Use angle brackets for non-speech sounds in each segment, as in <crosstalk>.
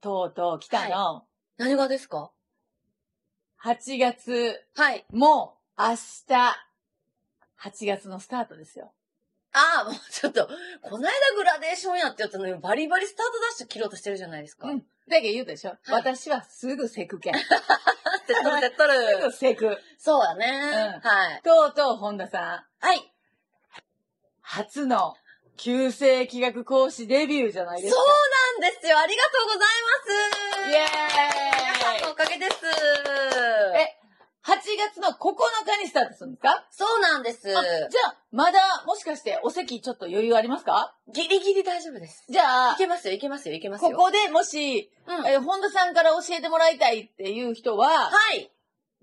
とうとう来たの。何がですか8月、はい。もう明日、8月のスタートですよ。ああ、もうちょっと、こないだグラデーションやってやったのに、バリバリスタートダッシュ切ろうとしてるじゃないですか。うんだけど言うでしょ、私はすぐセク <laughs> けん。すだって、取る、取ぐる。セク。 <laughs> そうだね、うんはい。とうとう本田さん、はい。初の旧世紀学講師デビューじゃないそでうすか。なんですよ。ありがとうございます。イエ皆さんーのイおかげです。え !8 月の9日にスタートするんですかそうなんです。あじゃあ、まだ、もしかして、お席ちょっと余裕ありますかギリギリ大丈夫です。じゃいあ、けますよ、いけますよ、いけますよ。ここでもし、うん。はい。えー本田さんから教えてもらいたいっていう人は、ぜ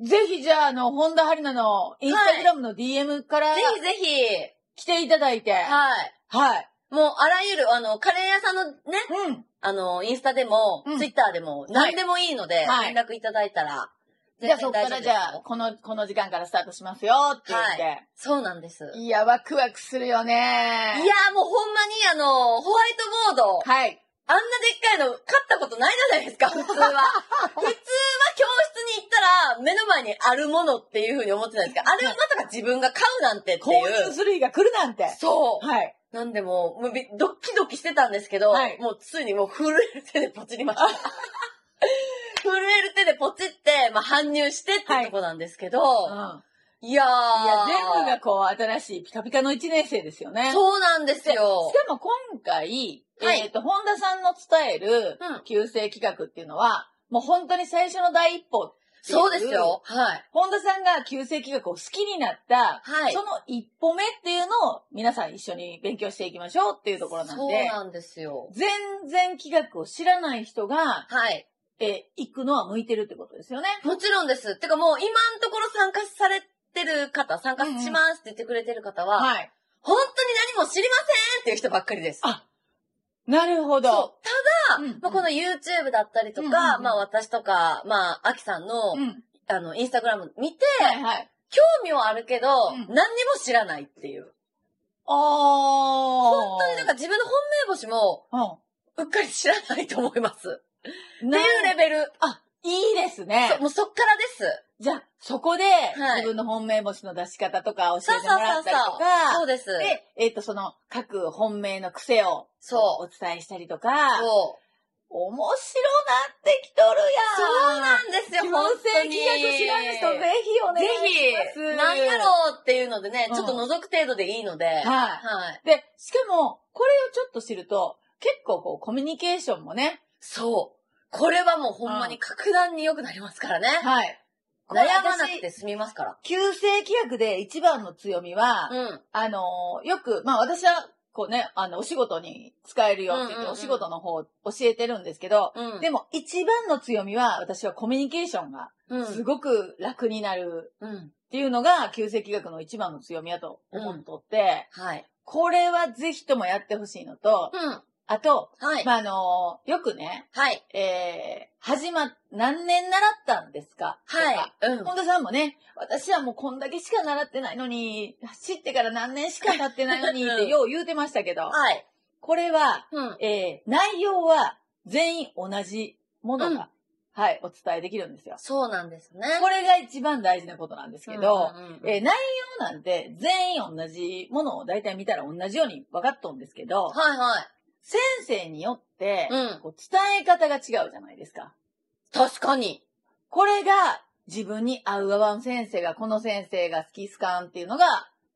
ぜひじゃあ、あの、本田春菜のインスタグラムの DM からひぜひ。来ていただいて、はい。はい。もう、あらゆる、あの、カレー屋さんのね、うん。あの、インスタでも、うんツイッターでも、何でもいいので、はい連絡いただいたら、じゃあそっからじゃあよ、この、この時間からスタートしますよって言って。そうなんです。いい、や、ワクワクするよねやーもうほんまにあの、ホワイトボード、はい。あんなでっかいの、買ったことないじゃないです <laughs> か、普通は。普通は教室に行ったら、目の前にあるものっていうふうに思ってたんですけど、あれをまさか自分が買うなんてって購い入う。する日が来るなんて。そう。はい。なんでもう、もうびドキドキしてたんですけど、はいもうついにもう震える手でポチ <laughs> りました。震える手でポチって、まあ、搬入してっていうとこなんですけど、うん。いや、い、やー。全部がこう、新しいピカピカの1年生ですよね。そうなんですでしかよ。も今回、はいえっ、と、本田さんの伝えるうん、旧世企画っていうのは、もう本当に最初の第一歩。そうですよ。はい。本田さんが旧世企画を好きになった、はい。その一歩目っていうのを皆さん一緒に勉強していきましょうっていうところなんそうで、なんですよ。全然企画を知らない人が、はい。えー行くのは向いてるってことですよね。もちろんです。てかもう今のところ参加されてる方、参加しますって言ってくれてる方は、はい。本当に何も知りませんっていう人ばっかりです。あ、なるほど。そう。たうだ、んうんまあ、この YouTube だったりとか、うんうんうんまあ私とか、まあ、アキさんの、うん。あの、インスタグラム見て、はいはい。興味はあるけど、うん何にも知らないっていう。あー。本当になんか自分の本命星も、うっかり知らないと思います。うっん。てないんうレベル。あ、いいですねそう。もうそっからです。じゃあ、そこで、い自分の本命星の出し方とか教そえうてそうもらそうったりとそう。そか、うです。で、えっ、と、その、各本命の癖を、そうお伝えしたりとか、そう。面白なってきとるやん。そうなんですよ、本本当性に。企画知らぬ人、ぜひお願いします。ぜひ、何やろうっていうのでね、うんちょっと覗く程度でいいので、はい。はい。で、しかも、これをちょっと知ると、結構こう、コミュニケーションもね、そう。これはもうほんまに格段に良くなりますからね。はい。悩まなくて済みますから。旧世規約で一番の強みは、うん。あのーよく、まあ私は、こうね、あの、お仕事に使えるよって言っうんうんて、うんお仕事の方教えてるんですけど、うん。でも一番の強みは、私はコミュニケーションがうん、すごく楽になるうん。っていうのが、旧世紀学の一番の強みやと思っとって、はい。これはぜひともやってほしいのと、うん。あと、はい。まああのーよくね、はい。えー、始ま、何年習ったんですかとかはい。うん。本田さんもね、私はもうこんだけしか習ってないのに、知ってから何年しか経ってないの <laughs> にっうんてよう言うてましたけど、はい。これは、うん。えー、内容は全員同じものが、はい、お伝えできるんですよ。そうなんですね。これが一番大事なことなんですけど、うんうんうんえー内容なんて全員同じものを大体見たら同じように分かっとんですけど、はいはい。先生によって、うんこう伝え方が違うじゃないですか。確かに。これが自分に合う合わん先生が、この先生が好きスカンっていうのが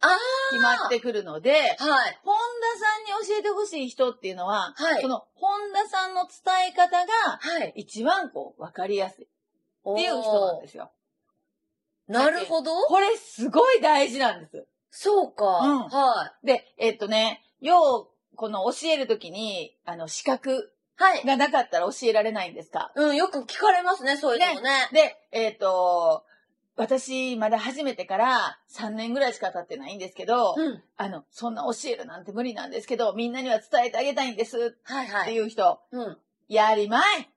あー決まってくるので、はい。本田さんに教えてほしい人っていうのは、はいこの本田さんの伝え方がはい。一番こう分かりやすいっていう人なんですよ。おーなるほど。これすごい大事なんです。そうか。うんはい。で、えっとね、よう、この教えるときに、あの、資格はい。がなかったら教えられないんですかうん、よく聞かれますね、そういうのもね。で、えっ、と、私、まだ始めてから3年ぐらいしか経ってないんですけど、うん。あの、そんな教えるなんて無理なんですけど、みんなには伝えてあげたいんですはいはってい。いう人、うん。やりま <laughs> い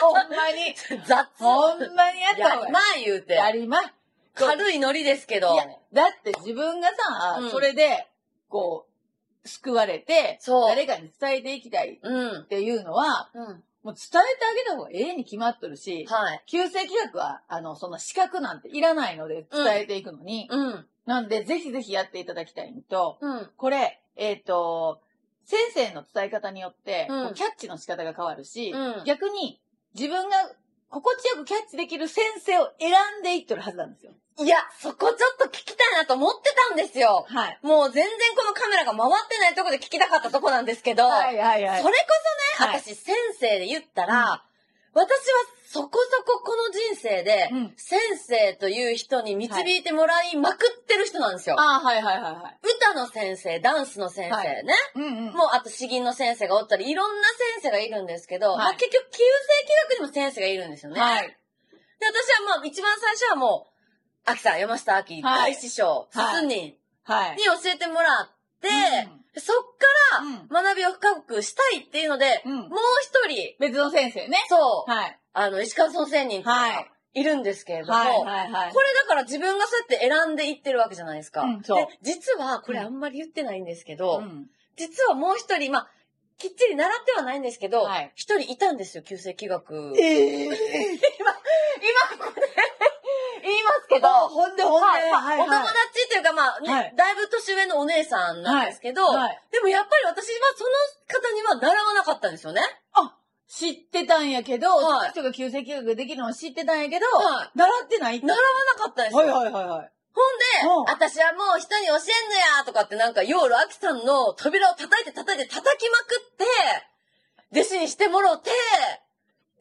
ほんまに、雑。ほんまにやった方がいまあ言うい。て。やりまい。軽いノリですけどい。や、だって自分がさ、うんそれで、こう、救われて、そう誰かに伝えていきたいっうん。ていうのは、うん。もう伝えてあげた方がええに決まっとるし、はい。旧正規学は、あの、その資格なんていらないので伝えていくのに、うん。なんで、ぜひぜひやっていただきたいのと、うん。これ、えっ、と、先生の伝え方によって、うんこうキャッチの仕方が変わるし、うん逆に自分が心地よくキャッチできる先生を選んでいっとるはずなんですよ。いや、そこちょっと聞きたいなと思ってたんですよ。はい。もう全然このカメラが回ってないとこで聞きたかったとこなんですけど、はいはいはい。それこそね、はい私先生で言ったら、私はそこそここの人生で、うん先生という人に導いてもらいまくってる人なんですよ。ああ、はいはいはいはい。歌の先生、ダンスの先生ね、はうんうん。もうあと詩吟の先生がおったり、いろんな先生がいるんですけど、はいまあ結局、旧正規学にも先生がいるんですよね。はい。で、私はまあ一番最初はもう、秋さん、山下秋、はい大師匠、すはいすにんにはい。教えてもらって、そっうんうんから学びを深くしたいっていうので、うんもう一人、別の先生ね。そう、はい。あの、石川総仙人っていうのはがいいるんですけれども、はいはいはい。これだから自分がそうやって選んでいってるわけじゃないですか。うんでそう、実はこれあんまり言ってないんですけど、うん実はもう一人、まあ、きっちり習ってはないんですけどはい、一、人いたんですよ、旧世紀学。ええ今、ここで言いますけけどど、、ほんでほんで、はいまあお友達っていうか、まあ、ねはいだいぶ年上のお姉さんなんですけど、はいでもやっぱり私はその方には習わなかったんですよね。知ってたんやけど、はいその人が急性休学できるのは知ってたんやけど、は習ってないって習わなかったんですよ。はいはいはいはい。ほうんんで、私はもう人に教えんのやとかってなんか、ヨールアキさんの扉を叩いて叩いて叩きまくって、弟子にしてもろうて、っ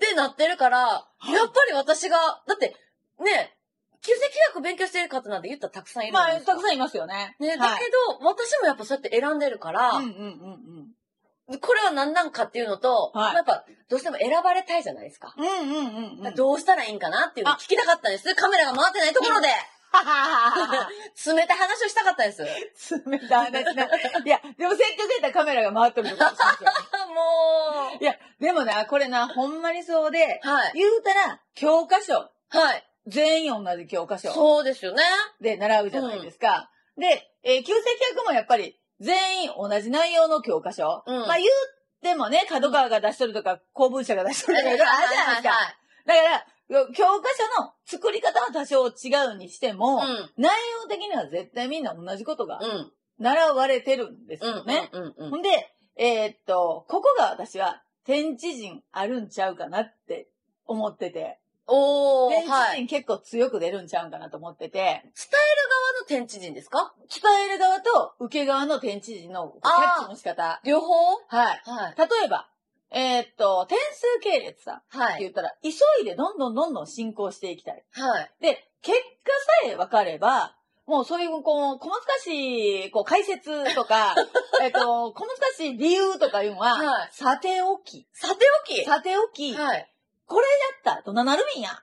てなってるから、いやっぱり私が、だって、ね、旧世紀学勉強してる方なんて言ったらたくさんいるじゃまなあ、いですかたくさんいますよね。ね、はだいけど、私もやっぱそうやって選んでるから、うんうんうんこれは何なんかっていうのと、はいまあやっぱどうしても選ばれたいじゃないですか。うん。うんうんうんうん。どうしたらいいんかなっていうのを聞きたかったんです。カメラが回ってないところで、はははは。 <laughs> 冷たい話をしたかったんです。冷たい話な。いや、でもせっかくやったらカメラが回ってるのかもしれないですよ。もいや、でもな、これな、ほんまにそうで、う。はい。言うたら、教科書。はい。全員同じ教科書そうですよね。で習うじゃないですか。で、えー旧世紀学もやっぱり全員同じ内容の教科書。うんまあ言ってもね、角川が出しとるとか、公文社が出しとるとか、いろいろあるじゃないですか。だから、教科書の作り方は多少違うにしても、はいはいはい内容的には絶対みんな同じことがうん。うん。習われてるんですうんよね。。うん。うん。ほんで、えーっと、ここが私は天地人あるんちゃうかなって思ってて、おー、天は地い。人結構強く出るんちゃうかなと思ってて、あの天地人ですか伝える側と受け側の天地人のキャッチの仕方。両方はい。はい。例えば、えーっと、点数系列さんっては言い。ったら、急いでどんどんどんどん進行していきたい。はい。で、結果さえ分かれば、もうそういう、こう、小難しい、こう、解説と <laughs> か、えっと、小難しい理由とかいうのは、はいさておき。さておきさておき、やっはい。たらどんななるんやっ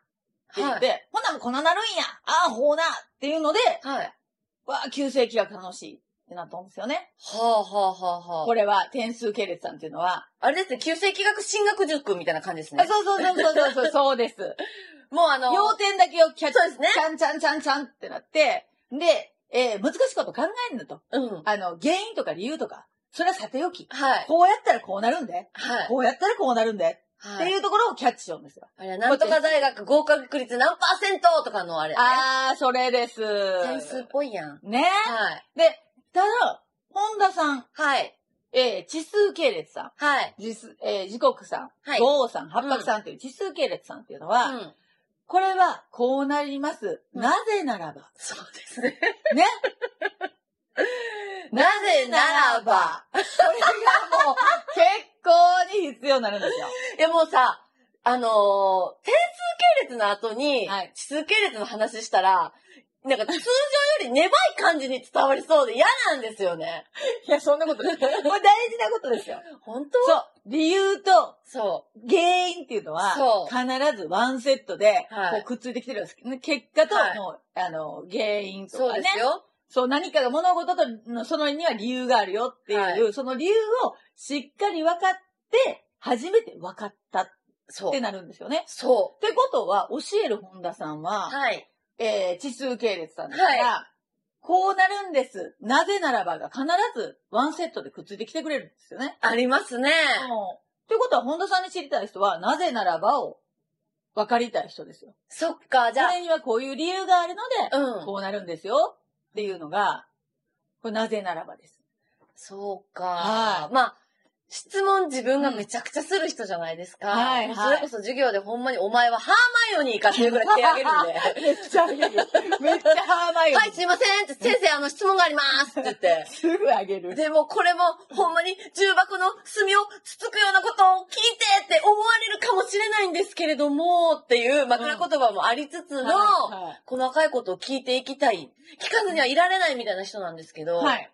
て言っはて、い。ほな、こんななるんやああ、ほうなっていうので、はい。わあ、旧世紀が楽しいってなったんですよね。はあはあはあはあ。これは、点数系列さんっていうのは。あれですね、旧世紀学進学塾みたいな感じですあね。そうそうそうそうそう <laughs> そう、そうです。もうあの、要点だけをキャッチ、そうですねちゃんちゃんちゃんちゃんってなって、で、えー難しいこと考えんだと。うん。あの、原因とか理由とか、それはさておき。はい。こうやったらこうなるんで、はい。こうやったらこうなるんで、っはてい。いうところをキャッチしようんですよ。あれ、なんとか大学合格率何パーセントとかのあれ。あー、それです。点数っぽいやん。ねはい。で、ただ、本田さん、はい。えー、地数系列さん、はい。時数、えー、時刻さん、はい豪雨さん、八白さんっていう地数系列さんっていうのは、うん。これはこうなります。うんなぜならば。そうですね。 <laughs> ねなぜならば。。これがもう、結構に必要になるん <laughs> ですよ。いや、もうさ、あのー、点数系列の後に、はい指数系列の話したら、なんか通常より粘い感じに伝わりそうで嫌なんですよね。いや、そんなことない。これ大事なことですよ。本当そう。理由とそ原因っていうのはそ、必ずワンセットで、はこいうくっついてきてるんですけどね、結果と、はいもう、あの、原因う。とそかうねで。すよ。そう、何かが物事との、そのには理由があるよっていう、はその理由をしっかり分かって、初めて分かったっそうて。なるんですよね。そってことは、教える本田さんう。は、はい。えー、地数系列さんですから、こうなるんです。なぜならばが必ずワンセットでくっついてきてくれるんですよね。ありますね。もということは、本田さんに知りたい人は、なぜならばを分かりたい人ですよ。そっか、じこゃれにはこういう理由があるので、あ、うん。こうなるんですよっていうのが、これなぜならばです。そうはか。まあ、質問自分がめちゃくちゃする人じゃないですか。うんはいはいそれこそ授業でほんまにお前はハーマイオニーかっていうぐらい手あげるん <laughs> で。めっちゃあげる。めっちゃハーマイオニーはい、すいませんって、先生、あの、質問がありますって言っすぐあげるて。。でも、これも、ほんまに、重箱の隅をつつくようなことを聞いてって思われるかもしれないんですけれども、っていう枕言葉もありつつの、は細かいことを聞いていきたい。聞かずにはいられないみたいな人なんですけど、い。はい。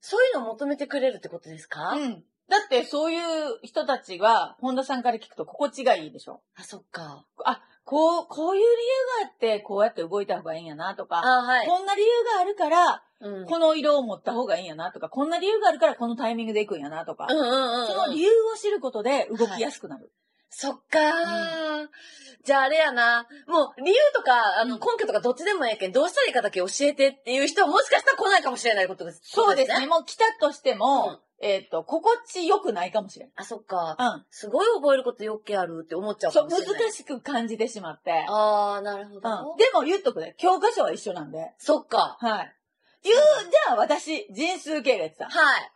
そういうのを求めてくれるってことですか、うん。だって、そういう人たちは、本田さんから聞くと心地がいいでしょ。あ、そっか。あ、こう、こういう理由があって、こうやって動いた方がいいんやなとか、あ、はい。こんな理由があるから、うん。うんこの色を持った方がいいんやなとか、こんな理由があるからこのタイミングで行くんやなとか、うんそうんのうん。理由を知ることで動きやすくなる。そっかー、じゃああれやな。もう理由とか、あの、うん根拠とかどっちでもええけん、どうしたらいいかだけ教えてっていう人はもしかしたら来ないかもしれないことです。そうですことね。。もう来たとしても、えっと、心地よくないかもしれん。あ、そっか。うすごい覚えることよっけあるって思っちゃん。うかそう、もしれない。難しい。しく感じてしまって。あー、なるほど。うん。でも言っとくね。教科書は一緒なんで。そっか。はい。言う、じゃあ私、人数系列さん。はい。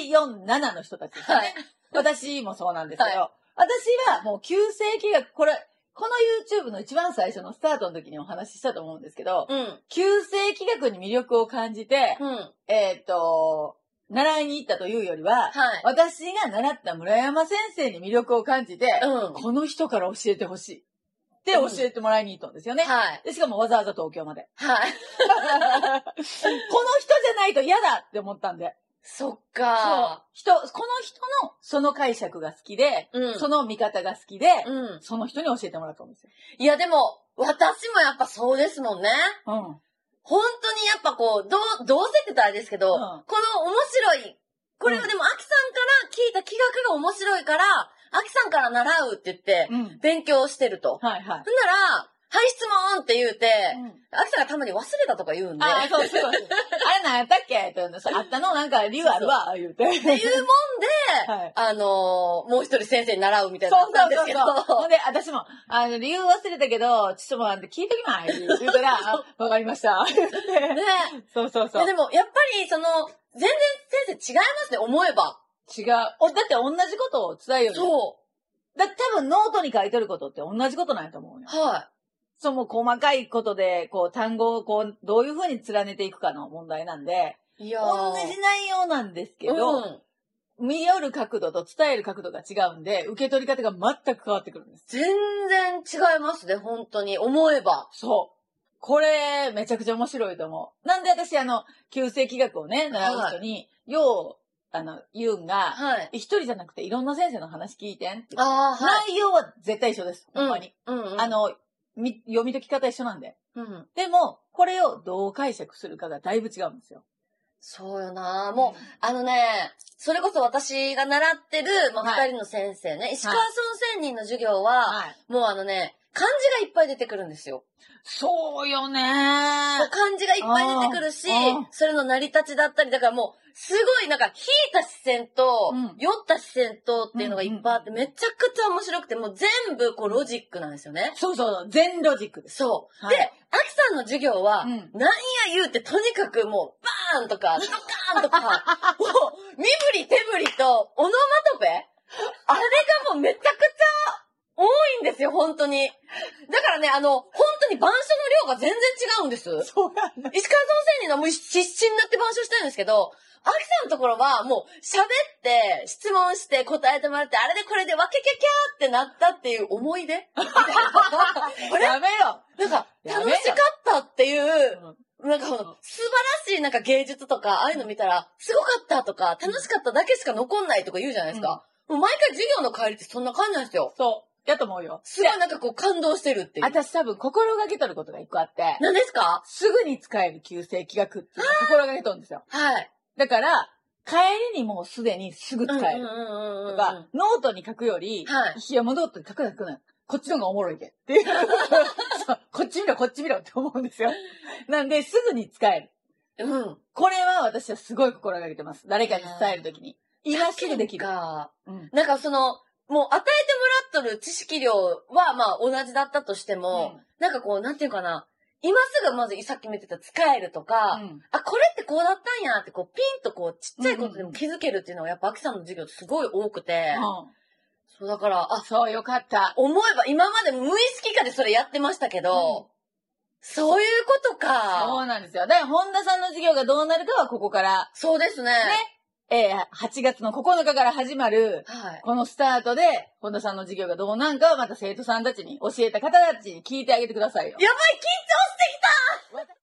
147の人たちですね。はい私もそうなんですけど、は私はもう旧世紀学、これ、この YouTube の一番最初のスタートの時にお話ししたと思うんですけど、うん。旧世紀学に魅力を感じて、うん。えっ、と、習いに行ったというよりは、はい。私が習った村山先生に魅力を感じて、うん。この人から教えてほしい。って教えてもらいに行ったんですよね。はい。でしかもわざわざ東京まで。はい。この人じゃないと嫌だって思ったんで。そそっうか。人、この人のその解釈が好きで、う。うん。その見方が好きで、うん。その人に教えてもらったんですよ。いや、でも、私もやっぱそうですもんね。うん。本当にやっぱこう、どう、どうせって言ったらあれですけど、うんこの面白い、これはでも、アキさんから聞いた企画が面白いから、アキさんから習うって言って、うん。勉強してると。ほんはいはい。なら、はい、質問って言うて、うんアキさんがたまに忘れたとか言うんで、あ、そうそうそう。あれ何やったっけって言うんですあったのなんか理由あるわ、言うて。ってい <laughs> うもんで、はいあのーもう一人先生に習うみたそいうなそう感じですそうけそう。どほん、で、私も、あの、理由忘れたけど、ちょっともうあんた聞いときまい。言うから、あわかりました。言うてね、 <laughs> そうそういそやう。でも、やっぱり、その、全然先生違いますね、思えば。違う。おだって同じことを伝えようよ。そだって多分ノートに書いてることって同じことなんやと思うよう。。はそう、もう細かいことで、こう、単語をこう、どういうふうに連ねていくかの問題なんで、い。いや同じ内容なんですけど、うん見よる角度と伝える角度が違うんで、受け取り方が全く変わってくるんです。全然違いますね、本当に。思えば。そう。これ、めちゃくちゃ面白いと思う。なんで私、あの、旧世紀学をね、習う人に、よう、あの、言うんが、はい。一人じゃなくていろんな先生の話聞いてんって。ああ、はい。内容は絶対一緒です。ほんまに。うん、うん。あ、の、み読み解き方一緒なんで。うん。でも、これをどう解釈するかがだいぶ違うんですよ。そうよなもう、あのね、それこそ私が習ってる、まあ、は二い人の先生ね、石川村仙人の授業は、はい。もうあのね、漢字がいっぱい出てくるんですよ。そうよねもう漢字がいっぱい出てくるしあーあー、それの成り立ちだったり、だからもう、すごいなんか、引いた視線とうん、酔った視線とっていうのがいっぱいあって、うんめちゃくちゃ面白くて、もう全部こうロジックなんですよね。そうそうそう、全ロジックです。そう。はいで、アキさんの授業は、うんなんや言うて、とにかくもう、バーンとか、ドカーンとか、もう、身振り手振りと、オノマトペあれがもうめちゃくちゃ多いんですよ、本当に。だからね、あの、本当に板書の量が全然違うんです。石川そう村なんだ。仙人はもう必死になって板書してるんですけど、アキさんのところはもう喋って、質問して、答えてもらって、あれでこれでわけキャキャーってなったっていう思い出あれやめろなん <laughs> か、やめ楽ろしかったっていう、うんなんかこの、素晴らしいなんか芸術とか、ああいうの見たら、すごかったとか、楽しかっただけしか残んないとか言うじゃないですか。もう毎回授業の帰りってそんな感じなんですよ。そう、やと思うよ。すごいなんかこう感動してるっていう。私多分心がけとることが一個あって、何ですかすぐに使える旧世紀学っていうのを心がけとるんですよ。はい。だから、帰りにもうすでにすぐ使えうんる。うんうんうんうとん。か、ノートに書くより、はい。いや、もうノートに書くな書くな。こっちの方がおもろいけ。っていう。 <laughs> そうこっち見ろ、こっち見ろって思うん <laughs> ですよ。なんで、すぐに使える。うん。これは私はすごい心がけてます。誰かに伝えるときに。今すぐできる。か。うんなんかその、ももう与えてもらっとる知識量はまあ同じだったとしても、うなんかこう、なんていうかな、今すぐまずさっき見てた使えるとか、んあ、これってこうだったんやって、こう、ピンとこう、ちっちゃいことでも気づけるっていうのは、やっぱ、アキさんの授業ってすごい多くて、そうだから、あ、そう、よかった。思えば今まで無意識化でそれやってましたけど、そういうことそか。うなんですよ。だから、本田さんの授業がどうなるかはここから、そうですね。えー、8月の9日から始まる、はい。このスタートで、本田さんの授業がどうなんかはまた生徒さんたちに、教えた方たちに聞いてあげてくださいよ。やばい、緊張してきた私